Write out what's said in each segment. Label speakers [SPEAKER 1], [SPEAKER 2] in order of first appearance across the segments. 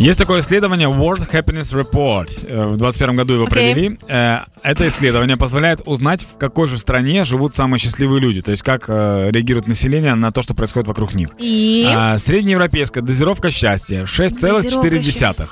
[SPEAKER 1] Есть такое исследование World Happiness Report. Э, В 2021 году его
[SPEAKER 2] Окей.
[SPEAKER 1] провели. Э, Это исследование позволяет узнать, в какой же стране живут самые счастливые люди. То есть как э, реагирует население на то, что происходит вокруг них.
[SPEAKER 2] И...
[SPEAKER 1] А, среднеевропейская дозировка счастья 6,4
[SPEAKER 2] Дозировка счастья.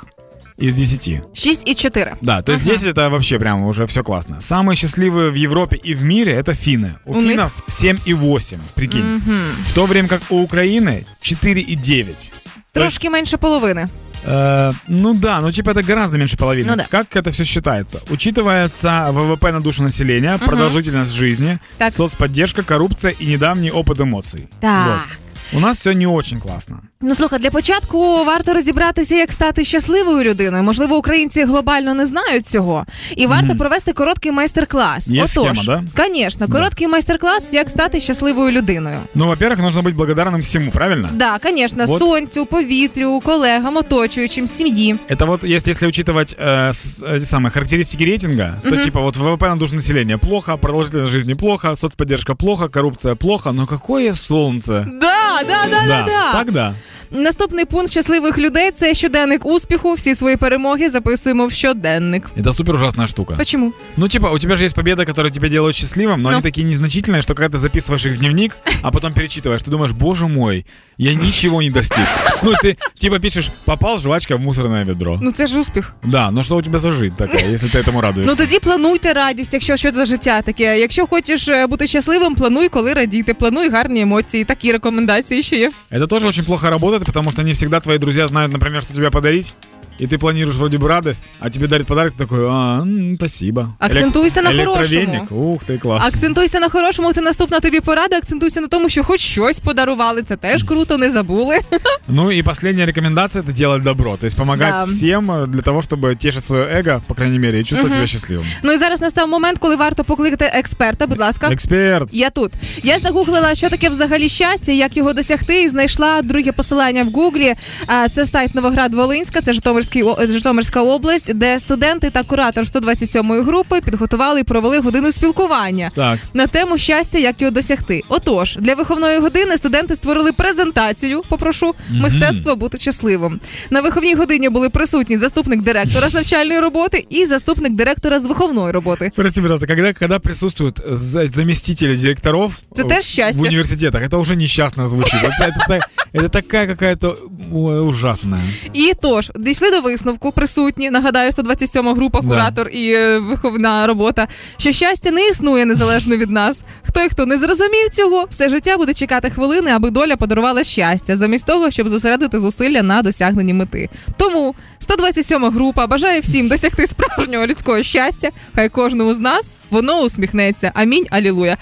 [SPEAKER 1] из 10.
[SPEAKER 2] 6 и 4.
[SPEAKER 1] Да, то есть
[SPEAKER 2] Ага.
[SPEAKER 1] здесь это вообще прям уже все классно. Самые счастливые в Европе и в мире это финны. У,
[SPEAKER 2] У них?
[SPEAKER 1] финнов 7,8, прикинь.
[SPEAKER 2] Мгм.
[SPEAKER 1] В то время как у Украины 4,9. То есть,
[SPEAKER 2] Трошки менше половини.
[SPEAKER 1] э, ну да, но типа это гораздо меньше половины.
[SPEAKER 2] Ну да.
[SPEAKER 1] Как это все считается? Учитывается ВВП на душу населения, продолжительность жизни,
[SPEAKER 2] Так.
[SPEAKER 1] соцподдержка, коррупция и недавний опыт эмоций.
[SPEAKER 2] Так.
[SPEAKER 1] Вот. У нас все не очень классно.
[SPEAKER 2] Ну слухай, для початку варто розібратися, як стати щасливою людиною. Можливо, українці глобально не знають цього, і варто
[SPEAKER 1] Мгм.
[SPEAKER 2] провести короткий майстер-клас.
[SPEAKER 1] Є
[SPEAKER 2] Отож,
[SPEAKER 1] схема,
[SPEAKER 2] Звісно, короткий майстер-клас, як стати щасливою людиною.
[SPEAKER 1] Ну, во-первых, нужно быть благодарным всему, правильно?
[SPEAKER 2] Да, звісно,
[SPEAKER 1] Вот.
[SPEAKER 2] сонцю, повітрю, колегам, оточуючим, сім'ї.
[SPEAKER 1] Это вот если, если учитывать э, с- эти самые характеристики рейтинга, то типа вот ВВП на душу населения плохо, продолжительность жизни плохо, соцподдержка плохо, коррупция плохо, но какое солнце!
[SPEAKER 2] Да, да, да, да, да.
[SPEAKER 1] так да.
[SPEAKER 2] Наступний пункт щасливих людей це щоденник успіху. Всі свої перемоги записуємо в щоденник.
[SPEAKER 1] Это супер ужасная штука.
[SPEAKER 2] Почому?
[SPEAKER 1] Ну типа у тебя же есть победы, которые тебя делают счастливым, но
[SPEAKER 2] Ну.
[SPEAKER 1] они такие незначительные, что когда ты записываешь их в дневник, а потом перечитываешь, ты думаешь, боже мой, я ничего не достиг. Ну ты типа пишешь, попал жвачка в мусорное ведро.
[SPEAKER 2] Ну це ж успіх.
[SPEAKER 1] Да, но что у тебя за жизнь такая, если ты этому радуешься?
[SPEAKER 2] Ну тоді плануйте радість, якщо що за життя таке. Якщо хочеш е, бути щасливим, плануй, коли радіти, плануй гарні емоції. Такі рекомендації ще є.
[SPEAKER 1] Это тоже очень плохо работает, потому что не всегда твои друзья знают, например, что тебе подарить. И ты планируешь вроде бы радость, а тебе дарит подарок, ты такой, а, м, спасибо.
[SPEAKER 2] Акцентуйся на
[SPEAKER 1] Электровеник, ух ты, класс.
[SPEAKER 2] Акцентуйся на хорошому, це наступна тобі порада. Акцентуйся на тому, що хоч щось подарували. Це теж круто, не забули.
[SPEAKER 1] Ну и последняя рекомендация — это делать добро, то есть помогать
[SPEAKER 2] Да.
[SPEAKER 1] всем э, для того, чтобы тешить свое эго, по крайней мере, и чувствовать себя счастливым.
[SPEAKER 2] Ну і зараз настав момент, коли варто покликати експерта. Будь ласка.
[SPEAKER 1] Эксперт!
[SPEAKER 2] Я тут. Я загуглила, що таке взагалі щастя, як його досягти, і знайшла друге посилання в Гуглі. А, Це сайт Новоград Волинська, це Житомирський о- Житомирська область, де студенти та куратор 127-ї групи підготували і провели годину спілкування.
[SPEAKER 1] Так,
[SPEAKER 2] На тему щастя, як його досягти. Отож, для виховної години студенти створили презентацію. Попрошу мистецтво бути щасливим. На виховній годині були присутні заступник директора з навчальної роботи і заступник директора з виховної роботи.
[SPEAKER 1] прости, пожалуйста, когда, когда присутствуют за- заместители директоров
[SPEAKER 2] Это
[SPEAKER 1] э,
[SPEAKER 2] тоже счастье.
[SPEAKER 1] в университетах, это уже несчастно звучит. Это, это так- это такая какая-то ой, ужасная.
[SPEAKER 2] І тож дійшли до висновку присутні. Нагадаю, 127 група,
[SPEAKER 1] Да.
[SPEAKER 2] куратор і е, виховна робота. Що щастя не існує незалежно від нас. Хто і хто не зрозумів цього, все життя буде чекати хвилини, аби доля подарувала щастя, замість того, щоб зосередити зусилля на досягненні мети. Тому 127 група бажає всім досягти справжнього людського щастя. Хай кожному з нас воно усміхнеться. Амінь, алілуя.